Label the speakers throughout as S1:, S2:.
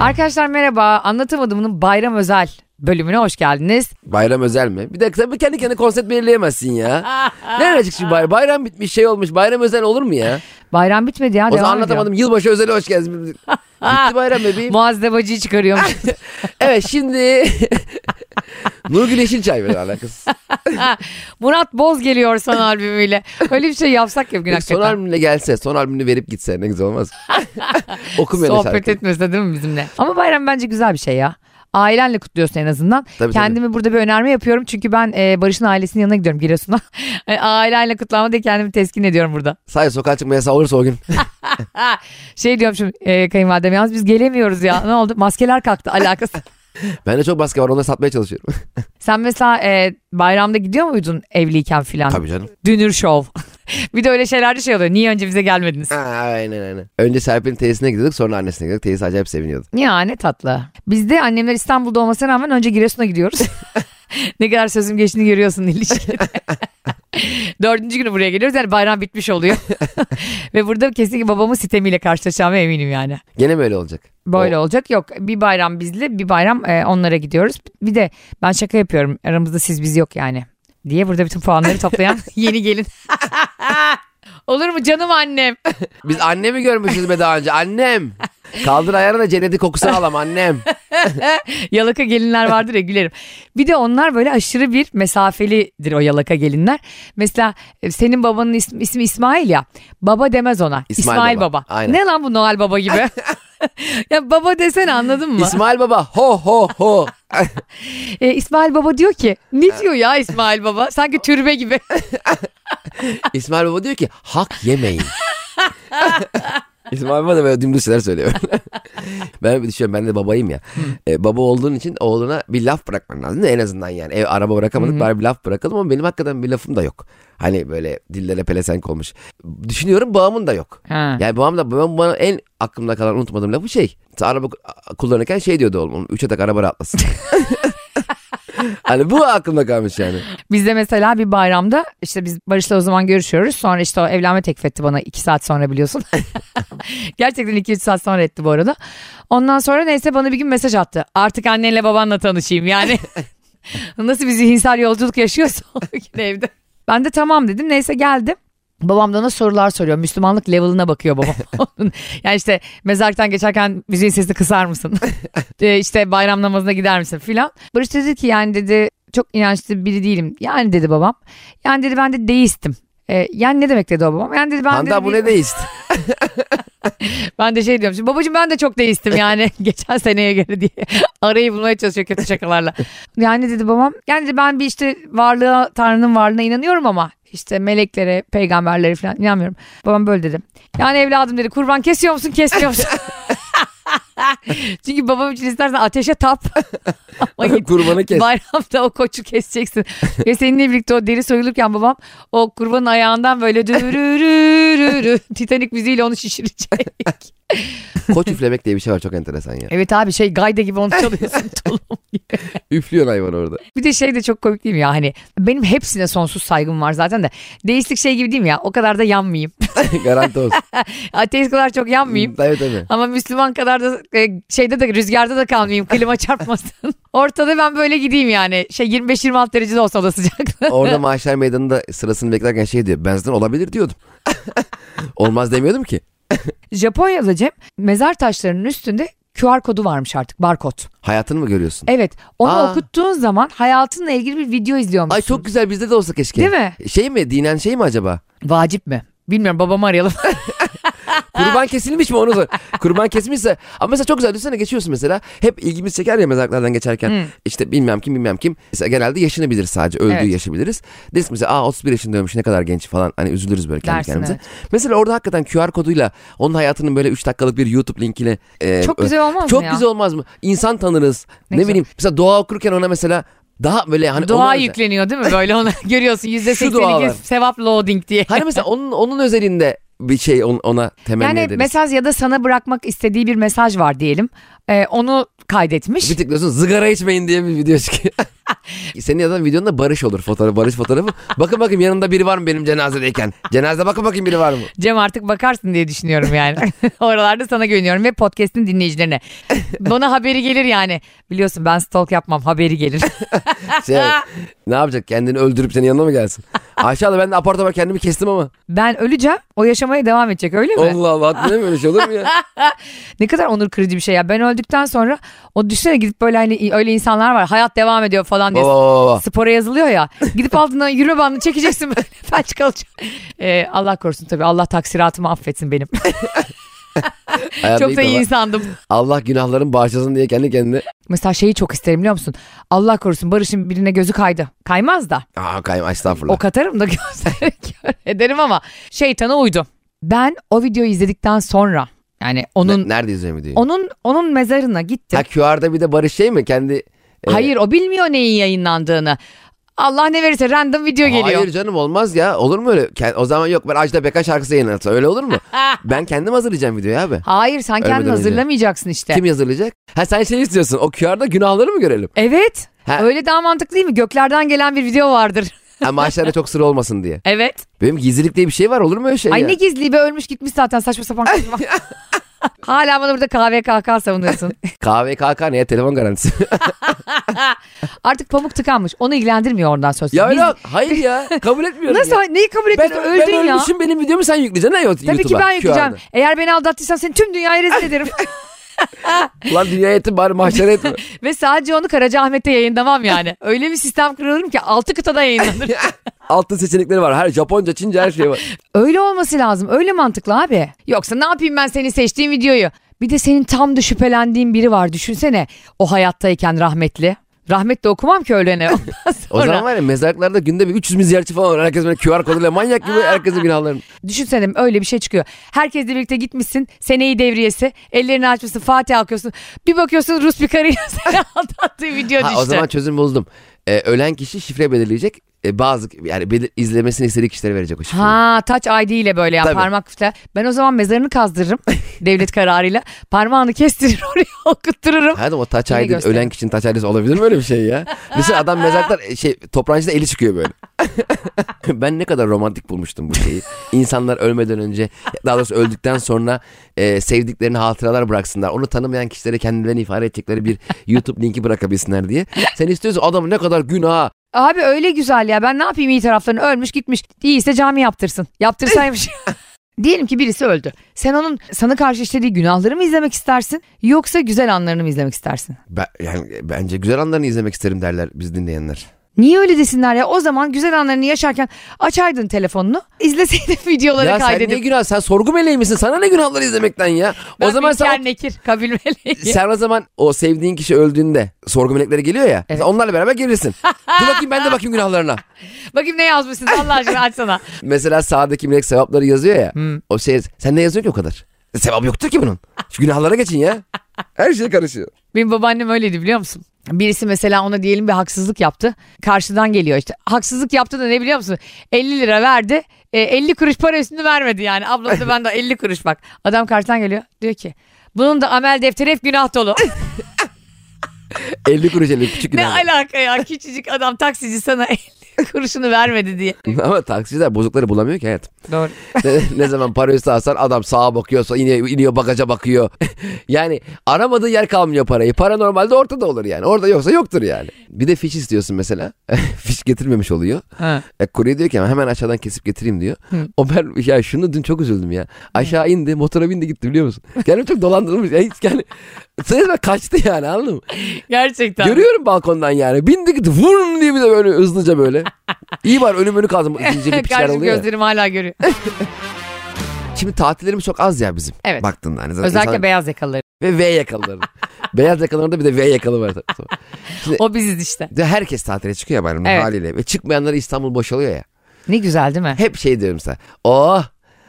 S1: Arkadaşlar merhaba. Anlatamadım'ın bayram özel bölümüne hoş geldiniz.
S2: Bayram özel mi? Bir dakika tabii kendi kendine konsept belirleyemezsin ya. Nereye şimdi bayram? Bayram bitmiş şey olmuş. Bayram özel olur mu ya?
S1: Bayram bitmedi ya.
S2: O zaman
S1: devam
S2: anlatamadım. Yılbaşı özeli hoş geldiniz. Bitti bayram
S1: Ediyor.
S2: bebeğim.
S1: Muazzebacıyı çıkarıyormuş.
S2: evet şimdi Nurgül Yeşilçay böyle alakası.
S1: Murat Boz geliyor son albümüyle. Öyle bir şey yapsak ya bugün
S2: Peki, son
S1: hakikaten.
S2: albümüne gelse, son albümünü verip gitse ne güzel olmaz. Okumuyor
S1: Sohbet
S2: şarkı.
S1: etmese değil mi bizimle? Ama bayram bence güzel bir şey ya. Ailenle kutluyorsun en azından.
S2: tabii.
S1: Kendimi burada bir önerme yapıyorum. Çünkü ben e, Barış'ın ailesinin yanına gidiyorum Giresun'a. E, Ailenle kutlama diye kendimi teskin ediyorum burada.
S2: Sadece sokağa çıkma yasağı olursa o gün.
S1: Şey diyorum şimdi e, kayınvalidem yalnız biz gelemiyoruz ya. Ne oldu? Maskeler kalktı alakası.
S2: Bende çok baskı var onları satmaya çalışıyorum.
S1: Sen mesela e, bayramda gidiyor muydun evliyken filan?
S2: Tabii canım.
S1: Dünür şov. bir de öyle şeylerde şey oluyor. Niye önce bize gelmediniz?
S2: Aa, aynen aynen. Önce Serpil'in teyzesine gidiyorduk sonra annesine gidiyorduk. Teyzesi acayip seviniyordu.
S1: Ya ne tatlı. Biz de annemler İstanbul'da olmasına rağmen önce Giresun'a gidiyoruz. ne kadar sözüm geçtiğini görüyorsun ilişkide. Dördüncü günü buraya geliyoruz yani bayram bitmiş oluyor. Ve burada kesinlikle babamın sitemiyle karşılaşacağıma eminim yani.
S2: Gene böyle olacak.
S1: Böyle
S2: O-
S1: olacak yok bir bayram bizle bir bayram e, onlara gidiyoruz. Bir de ben şaka yapıyorum aramızda siz biz yok yani diye burada bütün puanları toplayan yeni gelin. Olur mu canım annem?
S2: Biz annemi görmüşüz be daha önce. Annem. Kaldır ayağını da cenneti kokusunu alam annem.
S1: yalaka gelinler vardır ya gülerim. Bir de onlar böyle aşırı bir mesafelidir o yalaka gelinler. Mesela e, senin babanın ismi, ismi İsmail ya. Baba demez ona. İsmail,
S2: İsmail
S1: Baba.
S2: Baba. Aynen.
S1: Ne lan bu Noel Baba gibi? ya baba desene anladın mı?
S2: İsmail Baba ho ho ho.
S1: E, İsmail Baba diyor ki ne diyor ya İsmail Baba? Sanki türbe gibi.
S2: İsmail Baba diyor ki hak yemeyin. İsmail Baba da böyle dümdüz şeyler söylüyor. ben bir düşünüyorum ben de babayım ya. E, baba olduğun için oğluna bir laf bırakman lazım da en azından yani. Ev araba bırakamadık bari bir laf bırakalım ama benim hakikaten bir lafım da yok. Hani böyle dillere pelesenk olmuş. Düşünüyorum babamın da yok.
S1: Ha.
S2: Yani babam da babam bana en aklımda kalan unutmadığım lafı şey. Araba kullanırken şey diyordu oğlum. Üç atak araba rahatlasın. hani bu aklımda kalmış yani.
S1: Biz de mesela bir bayramda işte biz Barış'la o zaman görüşüyoruz. Sonra işte o evlenme teklif etti bana 2 saat sonra biliyorsun. Gerçekten 2-3 saat sonra etti bu arada. Ondan sonra neyse bana bir gün mesaj attı. Artık annenle babanla tanışayım yani. Nasıl bir zihinsel yolculuk yaşıyorsa o gün evde. Ben de tamam dedim neyse geldim. Babam da ona sorular soruyor. Müslümanlık level'ına bakıyor babam. Onun- yani işte mezarlıktan geçerken müziğin sesini kısar mısın? e, işte bayram namazına gider misin filan. Barış dedi ki yani dedi çok inançlı biri değilim. Yani dedi babam. Yani dedi ben de deistim. E, yani ne demek dedi o babam. Yani dedi ben
S2: Handa
S1: dedi,
S2: bu
S1: bir-
S2: ne deist?
S1: ben de şey diyorum. Şimdi babacığım ben de çok deistim yani. Geçen seneye göre diye. Arayı bulmaya çalışıyor kötü şakalarla. Yani dedi babam. Yani dedi ben bir işte varlığa, Tanrı'nın varlığına inanıyorum ama işte meleklere, peygamberlere falan inanmıyorum. Babam böyle dedi. Yani evladım dedi kurban kesiyor musun, kesmiyor musun? Çünkü babam için istersen ateşe tap. Ama git
S2: Kurbanı kes.
S1: Bayramda o koçu keseceksin. Ve seninle birlikte o deri soyulurken babam o kurbanın ayağından böyle dürürürürü Titanik müziğiyle onu şişirecek.
S2: Koç üflemek diye bir şey var çok enteresan ya.
S1: Evet abi şey gayda gibi onu çalıyorsun. tulum gibi.
S2: Üflüyorsun hayvan orada.
S1: bir de şey de çok komik değil mi ya hani benim hepsine sonsuz saygım var zaten de. Değişlik şey gibi değil mi ya o kadar da yanmayayım.
S2: Garanti olsun.
S1: Ateist kadar çok yanmayayım.
S2: tabii tabii.
S1: Ama Müslüman kadar da e, şeyde de rüzgarda da kalmayayım klima çarpmasın. Ortada ben böyle gideyim yani. Şey 25-26 derecede olsa da sıcaklığı.
S2: Orada maaşlar meydanında sırasını beklerken şey diyor. Ben zaten olabilir diyordum. Olmaz demiyordum ki.
S1: Japonya'da Cem mezar taşlarının üstünde QR kodu varmış artık barkod.
S2: Hayatını mı görüyorsun?
S1: Evet onu
S2: Aa.
S1: okuttuğun zaman hayatınla ilgili bir video izliyormuşsun.
S2: Ay çok güzel bizde de olsa keşke.
S1: Değil mi?
S2: Şey mi dinen şey mi acaba?
S1: Vacip mi? Bilmiyorum babamı arayalım.
S2: Kurban kesilmiş mi onu sor. Kurban kesmişse ama mesela çok güzel düşünsene geçiyorsun mesela. Hep ilgimiz çeker ya mezarlıklardan geçerken. İşte bilmem kim bilmem kim. Mesela genelde yaşını biliriz sadece. Öldüğü
S1: Evet.
S2: yaşı biliriz. Deriz mesela aa 31 yaşındaymış ne kadar genç falan. Hani üzülürüz böyle kendi
S1: Dersin,
S2: kendimize. Mesela orada hakikaten QR koduyla onun hayatının böyle 3 dakikalık bir YouTube linkiyle. e,
S1: çok güzel olmaz mı
S2: Çok
S1: ya?
S2: güzel olmaz mı? İnsan tanırız.
S1: Ne
S2: Ne,
S1: güzel.
S2: bileyim mesela dua okurken ona mesela daha böyle hani
S1: Dua
S2: onun özel-
S1: yükleniyor değil mi? Böyle onu görüyorsun yüzde
S2: Şu dualar.
S1: sevap loading diye.
S2: Hani mesela onun onun özelinde bir şey on- ona temenni
S1: yani
S2: ederiz.
S1: mesaj ya da sana bırakmak istediği bir mesaj var diyelim. Ee, onu kaydetmiş.
S2: Bir tıklıyorsun zıgara içmeyin diye bir video çıkıyor. Senin yazan videonda Barış olur fotoğrafı. Barış fotoğrafı. Bakın bakayım yanında biri var mı benim cenazedeyken? Cenazede bakın bakayım biri var mı?
S1: Cem artık bakarsın diye düşünüyorum yani. Oralarda sana güveniyorum ve podcast'in dinleyicilerine. Bana haberi gelir yani. Biliyorsun ben stalk yapmam haberi gelir.
S2: Şey, ne yapacak? Kendini öldürüp senin yanına mı gelsin? Aşağıda ben de apar topar kendimi kestim ama.
S1: ben öleceğim o yaşamaya devam edecek öyle mi?
S2: Allah Allah hatırlamıyorum öyle şey olur mu ya?
S1: Ne kadar onur kırıcı bir şey ya. Ben öldükten sonra o düşünsene gidip böyle hani öyle insanlar var. Hayat devam ediyor falan diye.
S2: Baba baba baba.
S1: Spora yazılıyor ya. Gidip altından yürüme bandını çekeceksin böyle. Felç kalacak. Ee, Allah korusun tabii. Allah taksiratımı affetsin benim.
S2: Hayatta
S1: Çok
S2: ilk
S1: da iyi
S2: defa.
S1: insandım.
S2: Allah günahların bağışlasın diye kendi kendine.
S1: Mesela şeyi çok isterim biliyor musun? Allah korusun Barış'ın birine gözü kaydı. Kaymaz da.
S2: Aa kayma estağfurullah.
S1: O katarım da gözleri kör ederim ama şeytana uydum. Ben o videoyu izledikten sonra yani onun
S2: Ne- Nerede izliyorum videoyu?
S1: onun onun mezarına gittim.
S2: Ha QR'da bir de Barış şey mi? Kendi Evet.
S1: Hayır o bilmiyor neyin yayınlandığını. Allah ne verirse random video geliyor.
S2: Hayır canım olmaz ya. Olur mu öyle? Ke- O zaman yok ben Ajda Pekkan şarkısı yayınlatsa. Öyle olur mu? ben kendim hazırlayacağım videoyu abi.
S1: Hayır sen kendin
S2: Ölmeden önce.
S1: hazırlamayacaksın işte.
S2: Kim hazırlayacak? Ha sen şey istiyorsun. O QR'da günahları mı görelim?
S1: Evet.
S2: Ha.
S1: Öyle daha mantıklı değil mi? Göklerden gelen bir video vardır.
S2: Ha maaşlarda çok sıra olmasın diye.
S1: Evet.
S2: Benim gizlilik diye bir şey var olur mu öyle şey
S1: Ay
S2: ya?
S1: ne gizli be ölmüş gitmiş zaten saçma sapan. kızma. Hala bana burada kahve kahkaha savunuyorsun.
S2: KVKK neye telefon garantisi?
S1: Artık pamuk tıkanmış. Onu ilgilendirmiyor ondan söz. Biz-
S2: ya öyle hayır ya kabul etmiyorum
S1: Nasıl
S2: ya.
S1: neyi kabul
S2: Ben,
S1: etmiyorsun?
S2: ben
S1: Öldün ya.
S2: ölmüşüm benim videomu sen yükleyeceksin ha YouTube'a.
S1: Tabii ki ben yükleyeceğim.
S2: QR'da.
S1: Eğer beni aldattıysan seni tüm dünyaya rezil ederim.
S2: Ulan dünya yetim bari mahşer etme.
S1: Ve sadece onu Karacaahmet'te yayınlamam yani. Öyle bir sistem kurarım ki altı kıtada yayınlanır.
S2: Altta seçenekleri var. Her Japonca, Çince her şey var.
S1: Öyle olması lazım. Öyle mantıklı abi. Yoksa ne yapayım ben senin seçtiğin videoyu? Bir de senin tam da şüphelendiğin biri var. Düşünsene o hayattayken rahmetli. Rahmetli okumam ki öyle ne. Ondan
S2: O
S1: sonra-
S2: zaman var ya mezarlıklarda günde bir 300 bin ziyaretçi falan var. Herkes böyle QR koduyla manyak gibi herkesin günahlarını.
S1: Düşünsene öyle bir şey çıkıyor. Herkesle birlikte gitmişsin. Seneyi devriyesi. Ellerini açmışsın. Fatiha okuyorsun. Bir bakıyorsun Rus bir karıyla seni aldattığı video
S2: Ha,
S1: düştü.
S2: o zaman çözüm buldum. Ee, ölen kişi şifre belirleyecek. Ee, bazı yani belir- izlemesini istediği kişilere verecek o şifreyi.
S1: Ha taç ID ile böyle ya
S2: Tabii.
S1: parmakla. Ben o zaman mezarını kazdırırım devlet kararıyla. Parmağını kestirir oraya okuttururum.
S2: Hayatım o taç
S1: Yine
S2: ID
S1: gösterin.
S2: ölen kişinin taç ID'si olabilir mi öyle bir şey ya? Mesela adam mezarlıklar e, şey toprağın içinde eli çıkıyor böyle. ben ne kadar romantik bulmuştum bu şeyi. İnsanlar ölmeden önce daha doğrusu öldükten sonra e, sevdiklerini hatıralar bıraksınlar. Onu tanımayan kişilere kendilerini ifade edecekleri bir YouTube linki bırakabilsinler diye. Sen istiyorsun adamın ne kadar günah.
S1: Abi öyle güzel ya ben ne yapayım iyi taraflarını ölmüş gitmiş. İyiyse cami yaptırsın. Yaptırsaymış. Diyelim ki birisi öldü. Sen onun sana karşı işlediği günahları mı izlemek istersin yoksa güzel anlarını mı izlemek istersin?
S2: Ben, yani bence güzel anlarını izlemek isterim derler biz dinleyenler.
S1: Niye öyle desinler ya? O zaman güzel anlarını yaşarken açaydın telefonunu, izleseydin videoları
S2: Ya sen ne
S1: kaydedip.
S2: günah sen sorgu meleği misin? Sana ne günahları izlemekten ya?
S1: Ben
S2: o zaman sen
S1: İlker Nekir, Kabil Meleği.
S2: sen o zaman o sevdiğin kişi öldüğünde sorgu melekleri geliyor ya.
S1: Evet.
S2: sen Onlarla beraber gelirsin. Dur bakayım ben de bakayım günahlarına.
S1: Bakayım ne yazmışsınız Allah aşkına açsana.
S2: Mesela sağdaki melek sevapları yazıyor ya.
S1: Hmm.
S2: O şey sen ne yazıyor ki o kadar? E, Sevap yoktur ki bunun. Şu günahlara geçin ya. Her şey karışıyor.
S1: Benim babaannem öyleydi biliyor musun? Birisi mesela ona diyelim bir haksızlık yaptı. Karşıdan geliyor işte. Haksızlık yaptı da ne biliyor musun? 50 lira verdi. E, 50 kuruş para üstünü vermedi yani. Ablası da ben de 50 kuruş bak. Adam karşıdan geliyor. Diyor ki bunun da amel defteri hep günah dolu.
S2: 50 kuruş 50 küçük
S1: ne
S2: günahlar.
S1: alaka ya? Küçücük adam taksici sana 50 kuruşunu vermedi diye.
S2: Ama taksiciler bozukları bulamıyor ki hayatım.
S1: Doğru.
S2: ne, ne zaman para üstü alsan adam sağa bakıyor, sonra iniyor, iniyor bagaja bakıyor. yani aramadığı yer kalmıyor parayı. Para normalde ortada olur yani. Orada yoksa yoktur yani. Bir de fiş istiyorsun mesela. fiş getirmemiş oluyor.
S1: Ha.
S2: E, kurye diyor ki hemen aşağıdan kesip getireyim diyor.
S1: Hı.
S2: O ben ya şunu dün çok üzüldüm ya. Aşağı indi motora bindi gitti biliyor musun? Kendimi çok dolandırılmış. Ya hiç yani Resmen kaçtı yani anladın mı?
S1: Gerçekten.
S2: Görüyorum balkondan yani. Bindi gitti vurun diye bir de böyle hızlıca böyle. İyi var önüm önü kaldım. İkincili pişler
S1: Karşı
S2: oluyor ya.
S1: gözlerim hala görüyor.
S2: Şimdi tatillerimiz çok az ya bizim.
S1: Evet.
S2: Baktığında hani zaten
S1: Özellikle
S2: insan-
S1: beyaz yakalıları.
S2: ve V yakalıları. Beyaz yakalarında bir de V yakalı var.
S1: O biziz işte.
S2: De herkes tatile çıkıyor ya bayramın
S1: Evet.
S2: haliyle. Ve çıkmayanları İstanbul boşalıyor ya.
S1: Ne güzel değil mi?
S2: Hep şey diyorum sana. Oh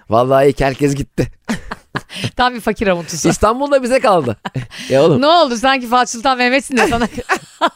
S2: Vallahi ilk herkes gitti.
S1: Tam bir fakir avuntusu.
S2: İstanbul'da bize kaldı. ya oğlum
S1: ne oldu sanki Fatih Mehmet'sin de sana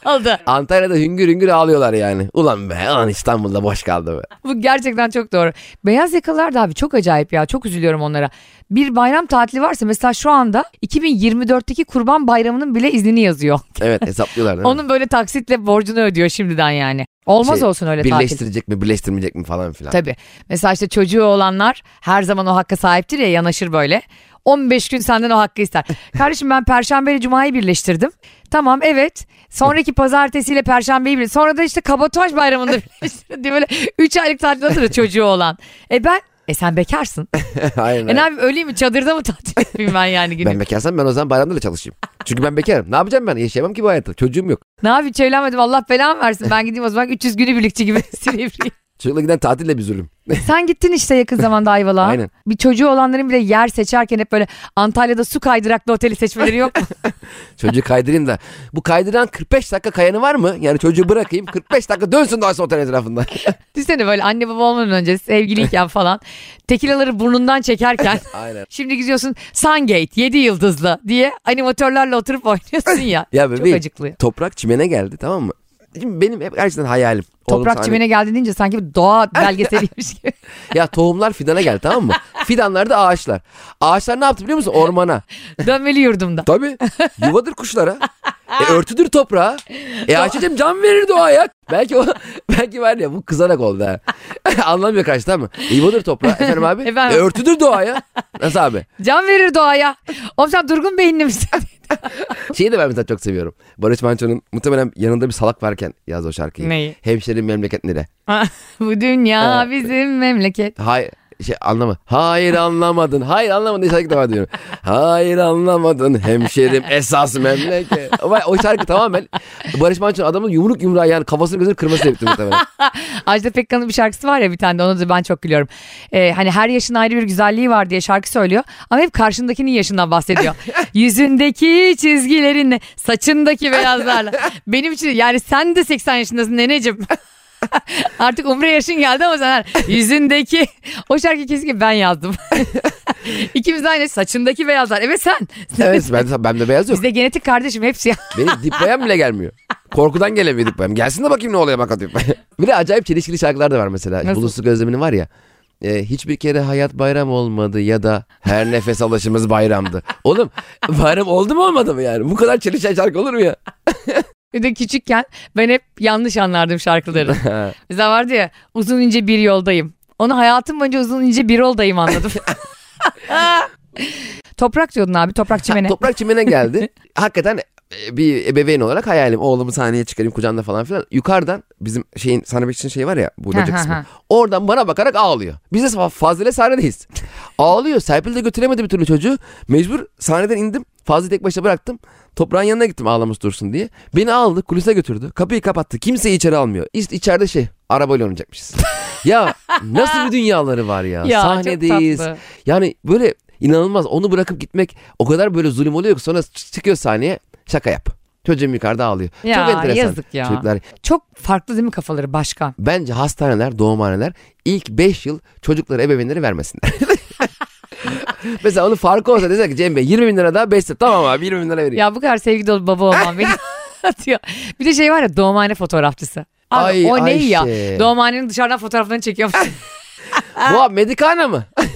S1: aldı.
S2: Antalya'da hüngür hüngür ağlıyorlar yani. Ulan be ulan İstanbul'da boş kaldı be.
S1: Bu gerçekten çok doğru. Beyaz yakalılar da abi çok acayip ya. Çok üzülüyorum onlara. Bir bayram tatili varsa mesela şu anda 2024'teki kurban bayramının bile iznini yazıyor.
S2: Evet hesaplıyorlar değil mi?
S1: Onun böyle taksitle borcunu ödüyor şimdiden yani. Olmaz
S2: Şey,
S1: olsun öyle tatil.
S2: Birleştirecek mi birleştirmeyecek mi falan filan.
S1: Tabii. Mesela işte çocuğu olanlar her zaman o hakka sahiptir ya yanaşır böyle. 15 gün senden o hakkı ister. Kardeşim ben perşembe ile cumayı birleştirdim. Tamam evet. Sonraki pazartesiyle perşembeyi birleştirdim. Sonra da işte kabataş bayramında birleştirdim diye böyle 3 aylık tatil alır ya çocuğu olan. E ben e sen bekarsın.
S2: Aynen.
S1: E ne yapayım öleyim mi çadırda mı tatil yapayım ben yani günü?
S2: Ben bekarsam ben o zaman bayramda da çalışayım. Çünkü ben bekarım. Ne yapacağım ben? Yaşayamam ki bu hayatı. Çocuğum yok.
S1: Ne yapayım çevlenmedim Allah belamı versin. Ben gideyim o zaman 300 günü birlikçi gibi Silivri'ye.
S2: Çocukla giden tatille bir zulüm.
S1: Sen gittin işte yakın zamanda Ayvalık'a.
S2: Aynen.
S1: Bir çocuğu olanların bile yer seçerken hep böyle Antalya'da su kaydıraklı oteli seçmeleri yok mu?
S2: Çocuğu kaydırayım da. Bu kaydıran 45 dakika kayanı var mı? Yani çocuğu bırakayım 45 dakika dönsün daha sonra otel etrafında.
S1: Düşünsene böyle anne baba olmadan önce sevgiliyken falan tekilaları burnundan çekerken
S2: Aynen.
S1: şimdi gidiyorsun Sungate 7 yıldızlı diye animatörlerle oturup oynuyorsun ya.
S2: Ya
S1: Çok
S2: bebeğim
S1: acıklı.
S2: toprak çimene geldi tamam mı? Şimdi benim hep gerçekten hayalim. Oğlum hani
S1: Toprak
S2: sana-
S1: çimene geldi deyince sanki bir doğa belgeseliymiş gibi.
S2: Ya tohumlar fidana geldi tamam mı? Fidanlar da ağaçlar. Ağaçlar ne yaptı biliyor musun? Ormana.
S1: Dönmeli yurdumda.
S2: Tabii. Yuvadır kuşlara. E, örtüdür toprağa. E Ayşe'cim can verir doğaya. Belki o, belki var ya bu kızarak oldu ha. Anlamıyor karşı tamam mı? E, yuvadır toprağa. Efendim abi?
S1: Efendim.
S2: E, örtüdür doğaya. Nasıl abi?
S1: Can verir doğaya. Oğlum sen durgun beyinli misin?
S2: Şeyi de ben mesela çok seviyorum. Barış Manço'nun muhtemelen yanında bir salak varken yazdı o şarkıyı.
S1: Neyi?
S2: Hemşerim memleket nere?
S1: Bu dünya bizim memleket.
S2: Hayır şey anlama. Hayır anlamadın. Hayır anlamadın diye şarkı devam ediyorum. Hayır anlamadın hemşerim esas memleket. Ama o şarkı tamamen Barış Manço'nun adamın yumruk yumruğa yani kafasını gözünü kırması sebepti muhtemelen.
S1: Ajda Pekkan'ın bir şarkısı var ya bir tane de ona da ben çok gülüyorum. Ee, hani her yaşın ayrı bir güzelliği var diye şarkı söylüyor ama hep karşındakinin yaşından bahsediyor. Yüzündeki çizgilerinle, saçındaki beyazlarla. Benim için yani sen de 80 yaşındasın neneciğim. Artık umre yaşın geldi ama sen her- yüzündeki o şarkıyı kesinlikle ben yazdım. İkimiz de aynı saçındaki beyazlar. Evet sen.
S2: Evet ben de, ben de beyaz yok.
S1: Bizde genetik kardeşim hepsi.
S2: Benim dipbayam bile gelmiyor. Korkudan gelemiyor dipbayam. Gelsin de bakayım ne oluyor bak o dipbayam. Bir de acayip çelişkili şarkılar da var mesela.
S1: Nasıl?
S2: Bulutsuz gözleminin var ya. e, hiçbir kere hayat bayram olmadı ya da her nefes alışımız bayramdı. Oğlum bayram oldu mu olmadı mı yani? Bu kadar çelişen şarkı olur mu ya?
S1: Bir de küçükken ben hep yanlış anlardım şarkıları. Mesela vardı ya uzun ince bir yoldayım. Onu hayatım boyunca uzun ince bir yoldayım anladım. toprak diyordun abi toprak çimene.
S2: Toprak çimene geldi. Hakikaten e, bir ebeveyn olarak hayalim oğlumu sahneye çıkarayım kucağımda falan filan. Yukarıdan bizim şeyin sahne bekçinin şeyi var ya bu
S1: Ha,
S2: loca
S1: ha,
S2: kısmı.
S1: ha.
S2: Oradan bana bakarak ağlıyor. Biz de fa- Fazıl'e sahnedeyiz. ağlıyor. Serpil de götüremedi bir türlü çocuğu. Mecbur sahneden indim. Fazıl'ı tek başına bıraktım. Toprağın yanına gittim ağlaması dursun diye. Beni aldı kulise götürdü. Kapıyı kapattı. Kimseyi içeri almıyor. İşte içeride şey arabayla oynayacakmışız. ya nasıl bir dünyaları var
S1: Ya,
S2: ya.
S1: çok
S2: Sahnedeyiz.
S1: tatlı.
S2: Yani böyle inanılmaz onu bırakıp gitmek o kadar böyle zulüm oluyor ki sonra ç- çıkıyor sahneye şaka yap. Çocuğum yukarıda ağlıyor.
S1: Ya,
S2: Çok enteresan.
S1: yazık ya.
S2: Çocuklar
S1: Çok farklı değil mi kafaları başka?
S2: bence hastaneler, doğumhaneler ilk 5 yıl çocuklara ebeveynleri vermesinler. Mesela onu farkı olsa desek ki Cem Bey 20 bin lira daha 5 Tamam abi 20 bin lira vereyim.
S1: Ya bu kadar sevgi dolu baba olmam beni atıyor. Bir de şey var ya doğumhane fotoğrafçısı. Abi
S2: Ay,
S1: o ne ya?
S2: Ayşe.
S1: Doğumhanenin dışarıdan fotoğraflarını çekiyor.
S2: Bu abi Medikana mı?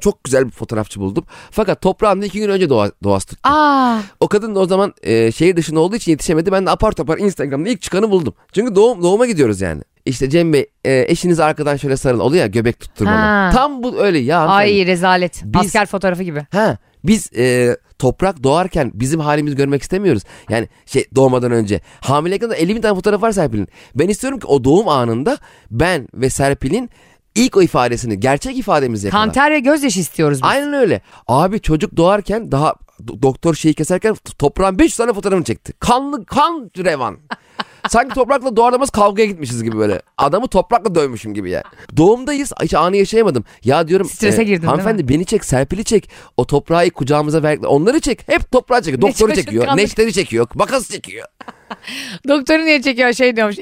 S2: Çok güzel bir fotoğrafçı buldum. Fakat toprağında iki gün önce doğa, doğası tuttu.
S1: Aa,
S2: O kadın da o zaman e, şehir dışında olduğu için yetişemedi. Ben de apar topar Instagram'da ilk çıkanı buldum. Çünkü doğum, doğuma gidiyoruz yani. İşte Cem Bey e, eşiniz arkadan şöyle sarıl oluyor ya göbek tutturmalı.
S1: Ha.
S2: Tam bu öyle ya. hanımefendi.
S1: ay rezalet.
S2: Biz-
S1: Asker fotoğrafı gibi.
S2: Ha biz e, toprak doğarken bizim halimizi görmek istemiyoruz. Yani şey doğmadan önce. Hamileyken de 50 bin tane fotoğraf var Serpil'in. Ben istiyorum ki o doğum anında ben ve Serpil'in ilk o ifadesini, gerçek ifademizi yakala.
S1: Kan ter ve gözyaşı istiyoruz biz.
S2: Aynen öyle. Abi çocuk doğarken daha do- doktor şeyi keserken t- toprağın 500 tane fotoğrafını çekti. Kanlı kan revan. Sanki toprakla doğarlamaz kavgaya gitmişiz gibi böyle. Adamı toprakla dövmüşüm gibi ya. Doğumdayız. Hiç anı yaşayamadım. Ya diyorum. e,
S1: Strese girdin değil
S2: Hanımefendi beni çek. Serpil'i çek. O toprağı ilk kucağımıza ver. Onları çek. Hep toprağı çekiyor.
S1: Ne
S2: Doktoru
S1: çocuk
S2: çekiyor.
S1: kaldı.
S2: Neşteri çekiyor. Makası çekiyor.
S1: Doktoru niye çekiyor şey diyormuş.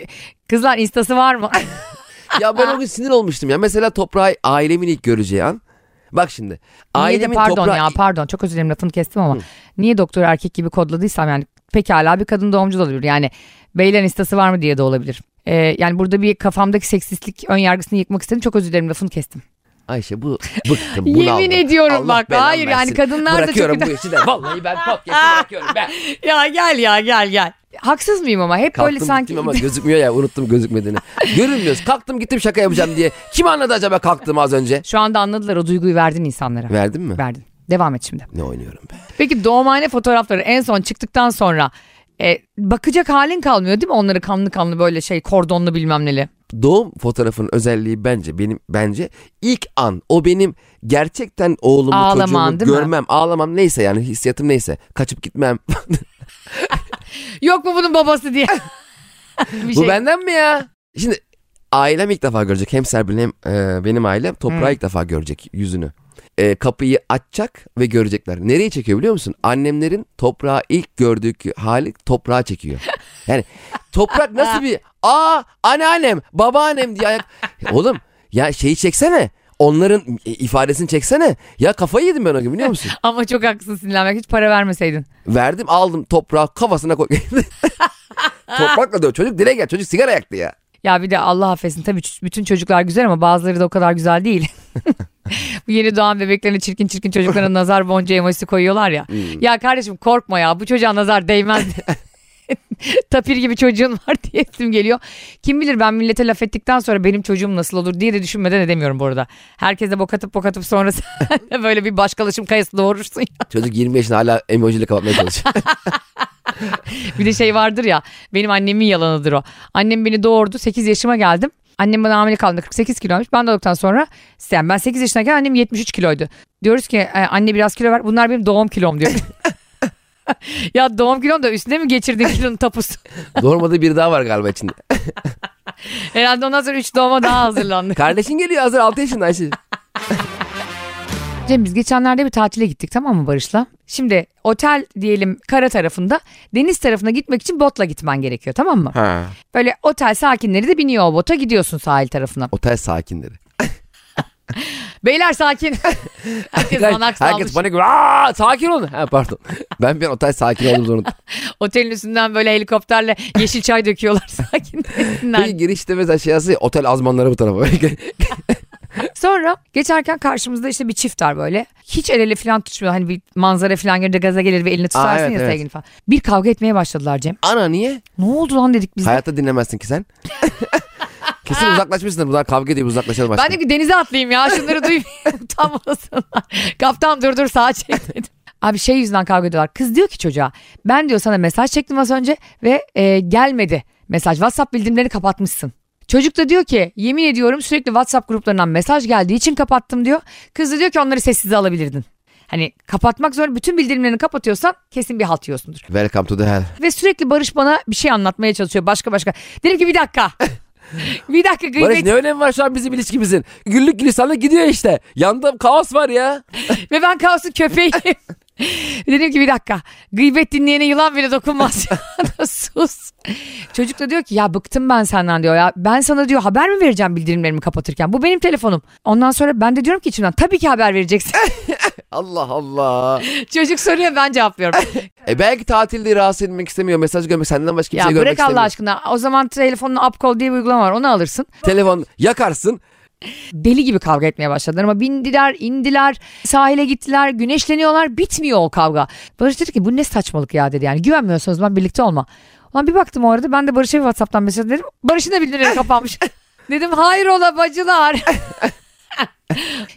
S1: Kızlar instası var mı?
S2: ya ben o gün sinir olmuştum ya. Mesela toprağı ailemin ilk göreceği an. Bak şimdi.
S1: Niye de
S2: Ailemin
S1: pardon
S2: toprağı...
S1: ya pardon çok özür dilerim lafını kestim ama niye doktor erkek gibi kodladıysam yani pekala bir kadın doğumcu da olabilir. Yani beyler istası var mı diye de olabilir. Ee, yani burada bir kafamdaki seksistlik ön yargısını yıkmak istedim. Çok özür dilerim lafını kestim.
S2: Ayşe bu bıktım bunaldım.
S1: Yemin ediyorum
S2: Allah
S1: bak
S2: belanı
S1: hayır yani
S2: versin.
S1: kadınlar da çok
S2: Bırakıyorum bu işi de. Vallahi ben podcast'ı bırakıyorum ben.
S1: Ya gel ya gel gel. Haksız mıyım ama hep
S2: Kalktım
S1: böyle sanki
S2: gittim ama gözükmüyor ya unuttum gözükmediğini. Görünmüyoruz. Kalktım gittim şaka yapacağım diye. Kim anladı acaba kalktığımı az önce?
S1: şu anda anladılar o duyguyu verdin insanlara.
S2: Verdin mi?
S1: Verdin. Devam et şimdi.
S2: Ne oynuyorum be?
S1: Peki doğumhane fotoğrafları en son çıktıktan sonra e, bakacak halin kalmıyor değil mi? Onları kanlı kanlı böyle şey kordonlu bilmem neli.
S2: Doğum fotoğrafının özelliği bence benim bence ilk an o benim gerçekten oğlumu
S1: Ağlaman,
S2: çocuğumu
S1: değil mi?
S2: görmem ağlamam neyse yani hissiyatım neyse kaçıp gitmem.
S1: Yok mu bunun babası diye. Bir
S2: Bu
S1: şey-
S2: benden mi ya? Şimdi ailem ilk defa görecek. Hem Serpil hem e, benim ailem toprağı
S1: Hmm.
S2: ilk defa görecek yüzünü. E, kapıyı açacak ve görecekler. Nereye çekiyor biliyor musun? Annemlerin toprağı ilk gördüğü hali toprağa çekiyor. Yani toprak nasıl bir aa anneannem babaannem diye ayak. Oğlum ya şeyi çeksene. Onların e, ifadesini çeksene. Ya kafayı yedim ben o gün biliyor musun?
S1: Ama çok haklısın sinirlenmek hiç para vermeseydin.
S2: Verdim aldım toprağı kafasına koy. Toprakla döv. Çocuk dile gel. Çocuk sigara yaktı ya.
S1: Ya bir de Allah affetsin tabii ç- bütün çocuklar güzel ama bazıları da o kadar güzel değil. Bu yeni doğan bebeklerine çirkin çirkin çocuklara nazar boncuğu emojisi koyuyorlar ya. Ya kardeşim korkma ya bu çocuğa nazar değmez. Tapir gibi çocuğun var diye isim geliyor. Kim bilir ben millete laf ettikten sonra benim çocuğum nasıl olur diye de düşünmeden edemiyorum bu arada. Herkese bok atıp bok atıp sonra sen de böyle bir başkalaşım kayası doğurursun ya.
S2: Çocuk 20 yaşında hala emojiyle kapatmaya çalışıyor.
S1: Bir de şey vardır ya benim annemin yalanıdır o. Annem beni doğurdu 8 yaşıma geldim. Annem bana hamile kaldı 48 kiloymuş. Ben doğduktan sonra yani ben 8 yaşındayken annem 73 kiloydu. Diyoruz ki "E, anne biraz kilo ver bunlar benim doğum kilom diyor. ya doğum kilom da üstüne mi geçirdin kilonun tapusu?
S2: Doğurmadığı biri daha var galiba içinde.
S1: Herhalde ondan sonra 3 doğuma daha hazırlandık.
S2: Kardeşin geliyor hazır 6 yaşında Ayşe.
S1: Cem biz geçenlerde bir tatile gittik tamam mı Barış'la? Şimdi otel diyelim kara tarafında deniz tarafına gitmek için botla gitmen gerekiyor tamam mı?
S2: Ha.
S1: Böyle otel sakinleri de biniyor o bota gidiyorsun sahil tarafına.
S2: Otel sakinleri.
S1: Beyler sakin. Herkes manak salmış.
S2: herkes panik. Aa, sakin olun. Ha, pardon. Ben bir an otel sakin olduğumuzu unuttum.
S1: Otelin üstünden böyle helikopterle yeşil çay döküyorlar sakin desinler.
S2: Peki girişte mesela şey yazıyor ya, otel azmanları bu tarafa.
S1: Sonra geçerken karşımızda işte bir çift var böyle. Hiç el ele falan tutmuyor. Hani bir manzara falan görünce gaza gelir ve elini tutarsın
S2: evet,
S1: ya
S2: evet.
S1: sevgilin falan. Bir kavga etmeye başladılar Cem.
S2: Ana niye?
S1: Ne oldu lan dedik biz de.
S2: Hayatta dinlemezsin ki sen. Kesin uzaklaşmışsındır. Bunlar kavga ediyor uzaklaşalım aşkım.
S1: Ben dedim ki denize atlayayım ya şunları duymayayım. Tam olasınlar. Kaptan dur dur sağa çek dedim. Abi şey yüzünden kavga ediyorlar. Kız diyor ki çocuğa ben diyor sana mesaj çektim az önce ve e, gelmedi mesaj. WhatsApp bildirimlerini kapatmışsın. Çocuk da diyor ki yemin ediyorum sürekli WhatsApp gruplarından mesaj geldiği için kapattım diyor. Kız da diyor ki onları sessize alabilirdin. Hani kapatmak zorunda bütün bildirimlerini kapatıyorsan kesin bir halt yiyorsundur.
S2: Welcome to the hell.
S1: Ve sürekli Barış bana bir şey anlatmaya çalışıyor başka başka. Dedim ki bir dakika. bir dakika gıybet
S2: Barış ne önemi var şu an bizim ilişkimizin? Güllük gülistanlık gidiyor işte. Yanda kaos var ya.
S1: Ve ben kaosun köpeğiyim. Dedim ki bir dakika. Gıybet dinleyene yılan bile dokunmaz. Sus. Çocuk da diyor ki ya bıktım ben senden diyor ya. Ben sana diyor haber mi vereceğim bildirimlerimi kapatırken? Bu benim telefonum. Ondan sonra ben de diyorum ki içimden tabii ki haber vereceksin.
S2: Allah Allah.
S1: Çocuk soruyor ben cevaplıyorum.
S2: E belki tatilde rahatsız edilmek istemiyor. Mesaj görmek senden başka
S1: ya
S2: kimseyi görmek
S1: bırak
S2: istemiyor.
S1: Allah aşkına. O zaman telefonunu upcall diye bir uygulama var onu alırsın.
S2: Telefon yakarsın.
S1: Deli gibi kavga etmeye başladılar ama bindiler indiler sahile gittiler güneşleniyorlar bitmiyor o kavga. Barış dedi ki bu ne saçmalık ya dedi yani güvenmiyorsanız ben birlikte olma. Ulan bir baktım o arada ben de Barış'a bir Whatsapp'tan mesaj dedim Barış'ın da bildirimleri kapanmış. dedim hayrola bacılar.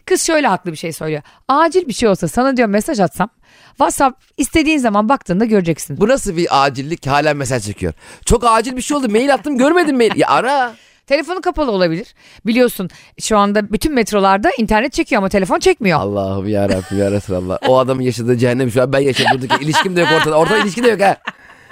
S1: Kız şöyle haklı bir şey söylüyor. Acil bir şey olsa sana diyor mesaj atsam WhatsApp istediğin zaman baktığında göreceksin.
S2: Bu nasıl bir acillik hala mesaj çekiyor. Çok acil bir şey oldu. Mail attım görmedin mail. Ya ara.
S1: Telefonu kapalı olabilir. Biliyorsun şu anda bütün metrolarda internet çekiyor ama telefon çekmiyor.
S2: Allah'ım ya Rabbim ya Resulallah. O adamın yaşadığı cehennem şu an ben yaşadığımdaki ilişkim de yok ortada. Ortada ilişki de yok ha.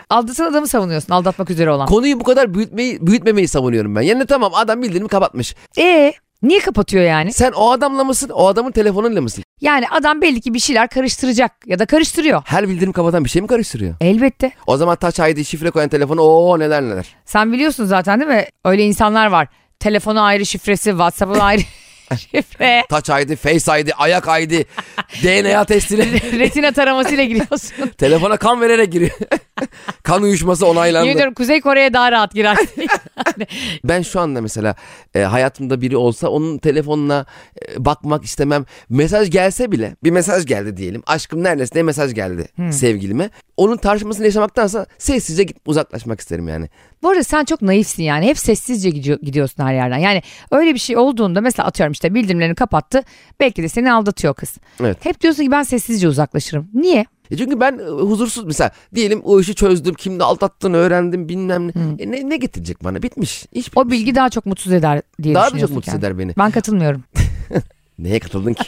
S1: Aldatan adamı savunuyorsun aldatmak üzere olan.
S2: Konuyu bu kadar büyütmeyi, büyütmemeyi savunuyorum ben. Yani tamam adam bildirimi kapatmış.
S1: E niye kapatıyor yani?
S2: Sen o adamla mısın? O adamın telefonuyla mısın?
S1: Yani adam belli ki bir şeyler karıştıracak ya da karıştırıyor.
S2: Her bildirim kapatan bir şey mi karıştırıyor?
S1: Elbette.
S2: O zaman taç ID şifre koyan telefonu o neler neler.
S1: Sen biliyorsun zaten değil mi? Öyle insanlar var. Telefonu ayrı şifresi, WhatsApp'ın ayrı Şifre.
S2: Touch ID, Face ID, ayak ID, DNA testine
S1: Retina taramasıyla giriyorsun.
S2: telefona kan vererek giriyor. kan uyuşması
S1: Yemin
S2: onaylandı.
S1: ediyorum Kuzey Kore'ye daha rahat girersin.
S2: Ben şu anda mesela e, hayatımda biri olsa onun telefonuna e, bakmak istemem. Mesaj gelse bile bir mesaj geldi diyelim. Aşkım neredesin diye mesaj geldi sevgilime. Onun tartışmasını yaşamaktansa sessizce git uzaklaşmak isterim yani.
S1: Bu arada sen çok naifsin yani. Hep sessizce gidiyor- gidiyorsun her yerden. Yani öyle bir şey olduğunda mesela atıyorum işte bildirimlerini kapattı. Belki de seni aldatıyor kız.
S2: Evet.
S1: Hep diyorsun ki ben sessizce uzaklaşırım. Niye?
S2: E çünkü ben e, huzursuz mesela diyelim o işi çözdüm kimle aldattığını öğrendim bilmem ne. E ne, ne getirecek bana bitmiş. İş bitmiş.
S1: O bilgi daha çok mutsuz eder diye
S2: daha da çok
S1: düşünüyorsun
S2: mutsuz
S1: kendini.
S2: eder beni.
S1: Ben katılmıyorum.
S2: Neye katıldın ki?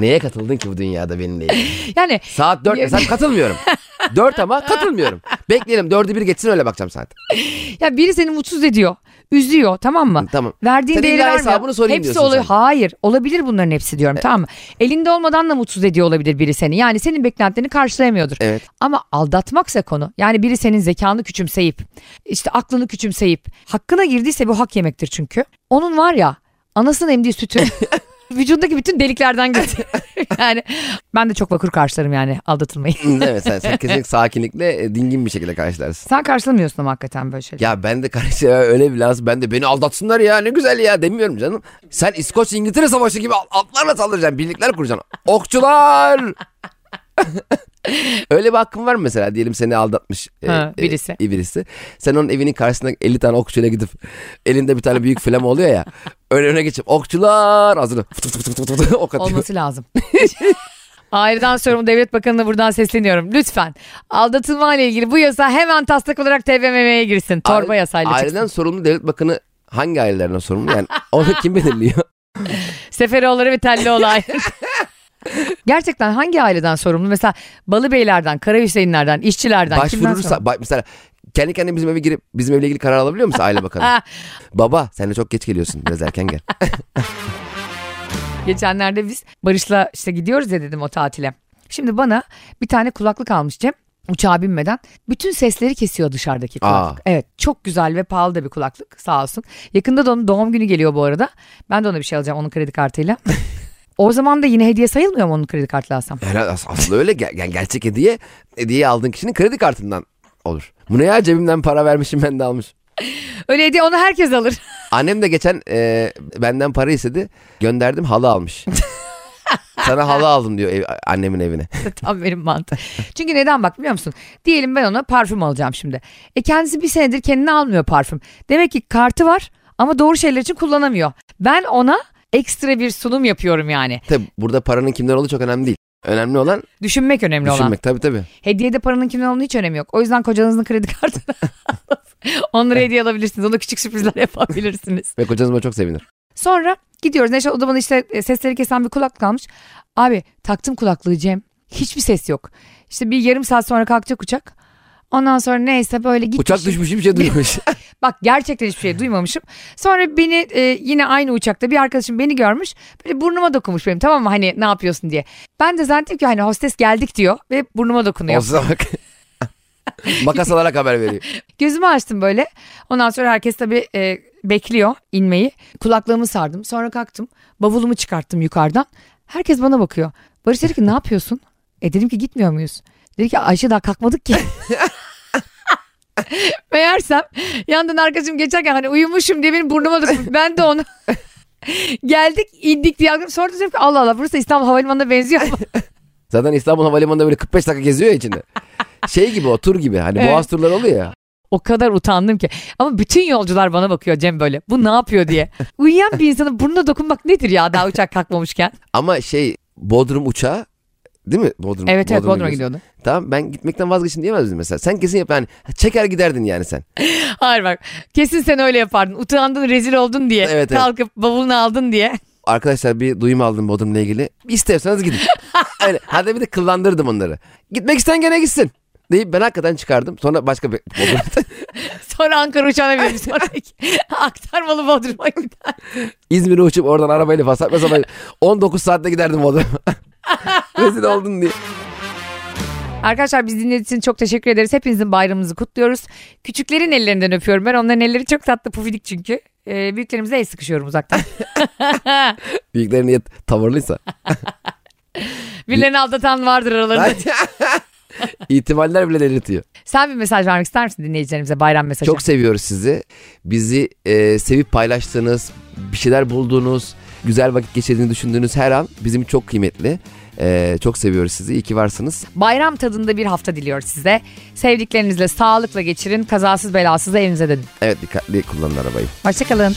S2: Neye katıldın ki bu dünyada benimle ilgili?
S1: Yani
S2: Saat 4 mesela katılmıyorum. 4 ama katılmıyorum. Bekleyelim 4'ü 1 geçsin öyle bakacağım saat.
S1: ya biri seni mutsuz ediyor. Üzüyor tamam mı?
S2: Tamam.
S1: Verdiğin
S2: Sen
S1: değeri
S2: illa
S1: vermiyor.
S2: hesabını sorayım
S1: hepsi
S2: diyorsun
S1: oluyor.
S2: sen.
S1: Hayır olabilir bunların hepsi diyorum tamam mı? Elinde olmadan da mutsuz ediyor olabilir biri seni. Yani senin beklentilerini karşılayamıyordur.
S2: Evet.
S1: Ama aldatmaksa konu yani biri senin zekanı küçümseyip işte aklını küçümseyip hakkına girdiyse bu hak yemektir çünkü. Onun var ya anasının emdiği sütü vücudundaki bütün deliklerden geçiyor. yani ben de çok vakur karşılarım yani aldatılmayı.
S2: evet sen, sen kesinlikle sakinlikle e, dingin bir şekilde karşılarsın.
S1: Sen karşılamıyorsun ama hakikaten böyle şeyler.
S2: Ya ben de karşı ya öyle bir lans ben de beni aldatsınlar ya ne güzel ya demiyorum canım. Sen İskoç İngiltere savaşı gibi al- atlarla saldıracaksın birlikler kuracaksın. Okçular. öyle bir hakkın var mı mesela diyelim seni aldatmış e,
S1: Ha,
S2: e,
S1: birisi.
S2: e, birisi. Sen onun evinin karşısına 50 tane okçuyla gidip elinde bir tane büyük flama oluyor ya. Öyle öne geçip okçular ağzını fıt fıt fıt fıt fıt fıt ok atıyor.
S1: Olması lazım. Ayrıdan sorumlu devlet bakanına buradan sesleniyorum. Lütfen aldatılma ile ilgili bu yasa hemen taslak olarak TBMM'ye girsin. Torba
S2: Aile-
S1: yasayla çıksın.
S2: Aileden sorumlu devlet bakanı hangi ailelerden sorumlu? Yani onu kim belirliyor?
S1: Seferoğulları ve Tellioğlu ayrı. Gerçekten hangi aileden sorumlu? Mesela Balıbeylerden, Kara Hüseyinlerden, işçilerden. kimden
S2: Başvurursa
S1: sorumlu?
S2: ba- mesela kendi kendine bizim eve girip bizim evle ilgili karar alabiliyor musun aile bakanı?
S1: Ah,
S2: Baba sen de çok geç geliyorsun biraz erken gel.
S1: geçenlerde biz Barış'la işte gidiyoruz ya dedim o tatile. Şimdi bana bir tane kulaklık almış Cem. Uçağa binmeden bütün sesleri kesiyor dışarıdaki kulaklık.
S2: Aa.
S1: Evet çok güzel ve pahalı da bir kulaklık sağ olsun. Yakında da onun doğum günü geliyor bu arada. Ben de ona bir şey alacağım onun kredi kartıyla. o zaman da yine hediye sayılmıyor mu onun kredi kartıyla alsam?
S2: Helal as- aslında öyle Ger- yani gerçek hediye hediye aldığın kişinin kredi kartından olur. Bu ne ya cebimden para vermişim ben de almış.
S1: Öyle hediye onu herkes alır.
S2: Annem de geçen e, benden para istedi gönderdim halı almış. Sana halı aldım diyor ev- annemin evine.
S1: Tam benim mantığım. Çünkü neden bak biliyor musun? Diyelim ben ona parfüm alacağım şimdi. E kendisi bir senedir kendine almıyor parfüm. Demek ki kartı var ama doğru şeyler için kullanamıyor. Ben ona ekstra bir sunum yapıyorum yani.
S2: Tabi burada paranın kimden olduğu çok önemli değil. Önemli olan
S1: Düşünmek önemli olan.
S2: düşünmek tabii tabii.
S1: Hediyede paranın kimden olduğunu hiç önemi yok. O yüzden kocanızın kredi kartını Onları hediye alabilirsiniz. Ona küçük sürprizler yapabilirsiniz.
S2: Ve kocanız buna çok sevinir.
S1: Sonra gidiyoruz. Neşe o da bana işte e, sesleri kesen bir kulaklık almış. Abi taktım kulaklığı Cem. Hiçbir ses yok. İşte bir yarım saat sonra kalkacak uçak. Ondan sonra neyse böyle gitmiş.
S2: Uçak düşmüş bir şey duymuş.
S1: Bak gerçekten hiçbir şey duymamışım. Sonra beni e, yine aynı uçakta bir arkadaşım beni görmüş. Böyle burnuma dokunmuş benim tamam mı hani ne yapıyorsun diye. Ben de zannettim ki hani hostes geldik diyor ve burnuma dokunuyor.
S2: Olsa bak. Makas alarak haber veriyor.
S1: Gözümü açtım böyle. Ondan sonra herkes tabii e, bekliyor inmeyi. Kulaklığımı sardım. Sonra kalktım. Bavulumu çıkarttım yukarıdan. Herkes bana bakıyor. Barış dedi ki ne yapıyorsun? E dedim ki gitmiyor muyuz? Dedi ki Ayşe daha kalkmadık ki. Meğersem yandan arkadaşım geçerken hani uyumuşum diye benim burnuma dokunmuş. Ben de onu geldik indik diye aldım. Sonra dedim ki Allah Allah burası İstanbul Havalimanı'na benziyor.
S2: Zaten İstanbul Havalimanı'nda böyle 45 dakika geziyor ya içinde. Şey gibi o tur gibi hani
S1: Evet.
S2: boğaz turları oluyor ya.
S1: O kadar utandım ki. Ama bütün yolcular bana bakıyor Cem böyle. Bu ne yapıyor diye. Uyuyan bir insanın burnuna dokunmak nedir ya daha uçak kalkmamışken?
S2: Ama şey Bodrum uçağı değil mi? Bodrum,
S1: Evet evet Bodrum'a
S2: gidiyorsun.
S1: gidiyordu.
S2: Tamam ben gitmekten vazgeçtim diyemez miydin mesela? Sen kesin yap yani çeker giderdin yani sen.
S1: Hayır bak kesin sen öyle yapardın. Utandın rezil oldun diye.
S2: Evet, evet.
S1: Kalkıp bavulunu aldın diye.
S2: Arkadaşlar bir duyum aldım Bodrum'la ilgili. İsterseniz gidin. Öyle. Hadi bir de kıllandırdım onları. Gitmek isteyen gene gitsin. Deyip ben hakikaten çıkardım. Sonra başka bir Bodrum-
S1: Sonra Ankara uçağına binip sonra aktarmalı Bodrum'a gider.
S2: İzmir'e uçup oradan arabayla fasat mesela 19 saatte giderdim Bodrum'a. Rezil oldun diye.
S1: Arkadaşlar biz dinlediğiniz için çok teşekkür ederiz. Hepinizin bayramınızı kutluyoruz. Küçüklerin ellerinden öpüyorum ben. Onların elleri çok tatlı pufidik çünkü. e, büyüklerimize el sıkışıyorum uzaktan.
S2: Büyüklerin niyet tavırlıysa.
S1: Birilerini aldatan vardır aralarında.
S2: İhtimaller bile delirtiyor.
S1: Sen bir mesaj vermek ister misin dinleyicilerimize bayram mesajı?
S2: Çok seviyoruz sizi. Bizi e, sevip paylaştığınız, bir şeyler bulduğunuz, güzel vakit geçirdiğini düşündüğünüz her an bizim çok kıymetli. E, çok seviyoruz sizi. İyi ki varsınız.
S1: Bayram tadında bir hafta diliyor size. Sevdiklerinizle sağlıkla geçirin. Kazasız belasız da evinize dönün.
S2: Evet dikkatli kullanın arabayı.
S1: Hoşçakalın.